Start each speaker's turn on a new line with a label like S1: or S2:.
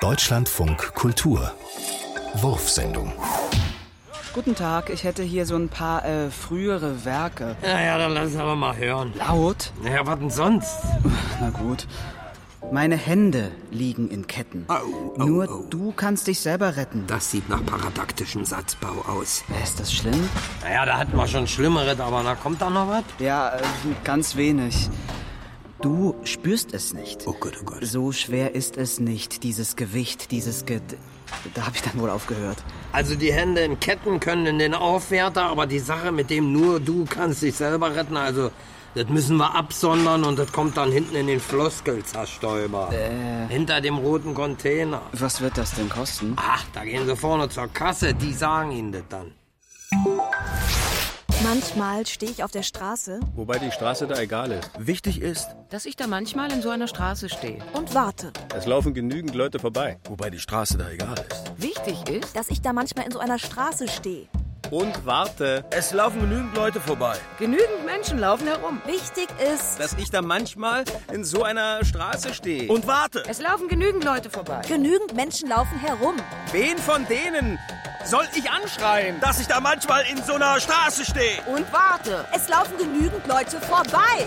S1: Deutschlandfunk Kultur. Wurfsendung.
S2: Guten Tag, ich hätte hier so ein paar äh, frühere Werke.
S3: Ja, ja, dann lass es aber mal hören.
S2: Laut?
S3: Naja, was denn sonst?
S2: Na gut. Meine Hände liegen in Ketten.
S3: Au, au,
S2: Nur
S3: au.
S2: du kannst dich selber retten.
S3: Das sieht nach paradaktischem Satzbau aus.
S2: Ist das schlimm?
S3: Naja, da hatten wir schon Schlimmeres, aber na, kommt da noch was?
S2: Ja, äh, ganz wenig. Du spürst es nicht.
S3: Oh Gott, oh Gott.
S2: So schwer ist es nicht, dieses Gewicht, dieses Ge... Da habe ich dann wohl aufgehört.
S3: Also die Hände in Ketten können in den Aufwärter, aber die Sache mit dem nur du kannst dich selber retten, also das müssen wir absondern und das kommt dann hinten in den Floskels, Herr Stoiber. Hinter dem roten Container.
S2: Was wird das denn kosten?
S3: Ach, da gehen sie vorne zur Kasse, die sagen ihnen das dann.
S4: Manchmal stehe ich auf der Straße
S5: Wobei die Straße da egal ist. Wichtig ist,
S6: dass ich da manchmal in so einer Straße stehe.
S4: und warte,
S5: es laufen genügend Leute vorbei. Wobei die Straße da egal ist.
S6: Wichtig ist,
S4: dass ich da manchmal in so einer Straße stehe.
S5: Und warte.
S7: Es laufen genügend Leute vorbei.
S6: genügend Menschen laufen herum.
S4: Wichtig ist,
S5: Dass ich da manchmal in so einer Straße stehe.
S7: Und warte!
S6: Es laufen genügend Leute vorbei.
S4: genügend Menschen laufen herum.
S5: wen von denen soll ich anschreien?
S7: Dass ich da manchmal in so einer Straße stehe.
S6: Und warte.
S4: Es laufen genügend Leute vorbei.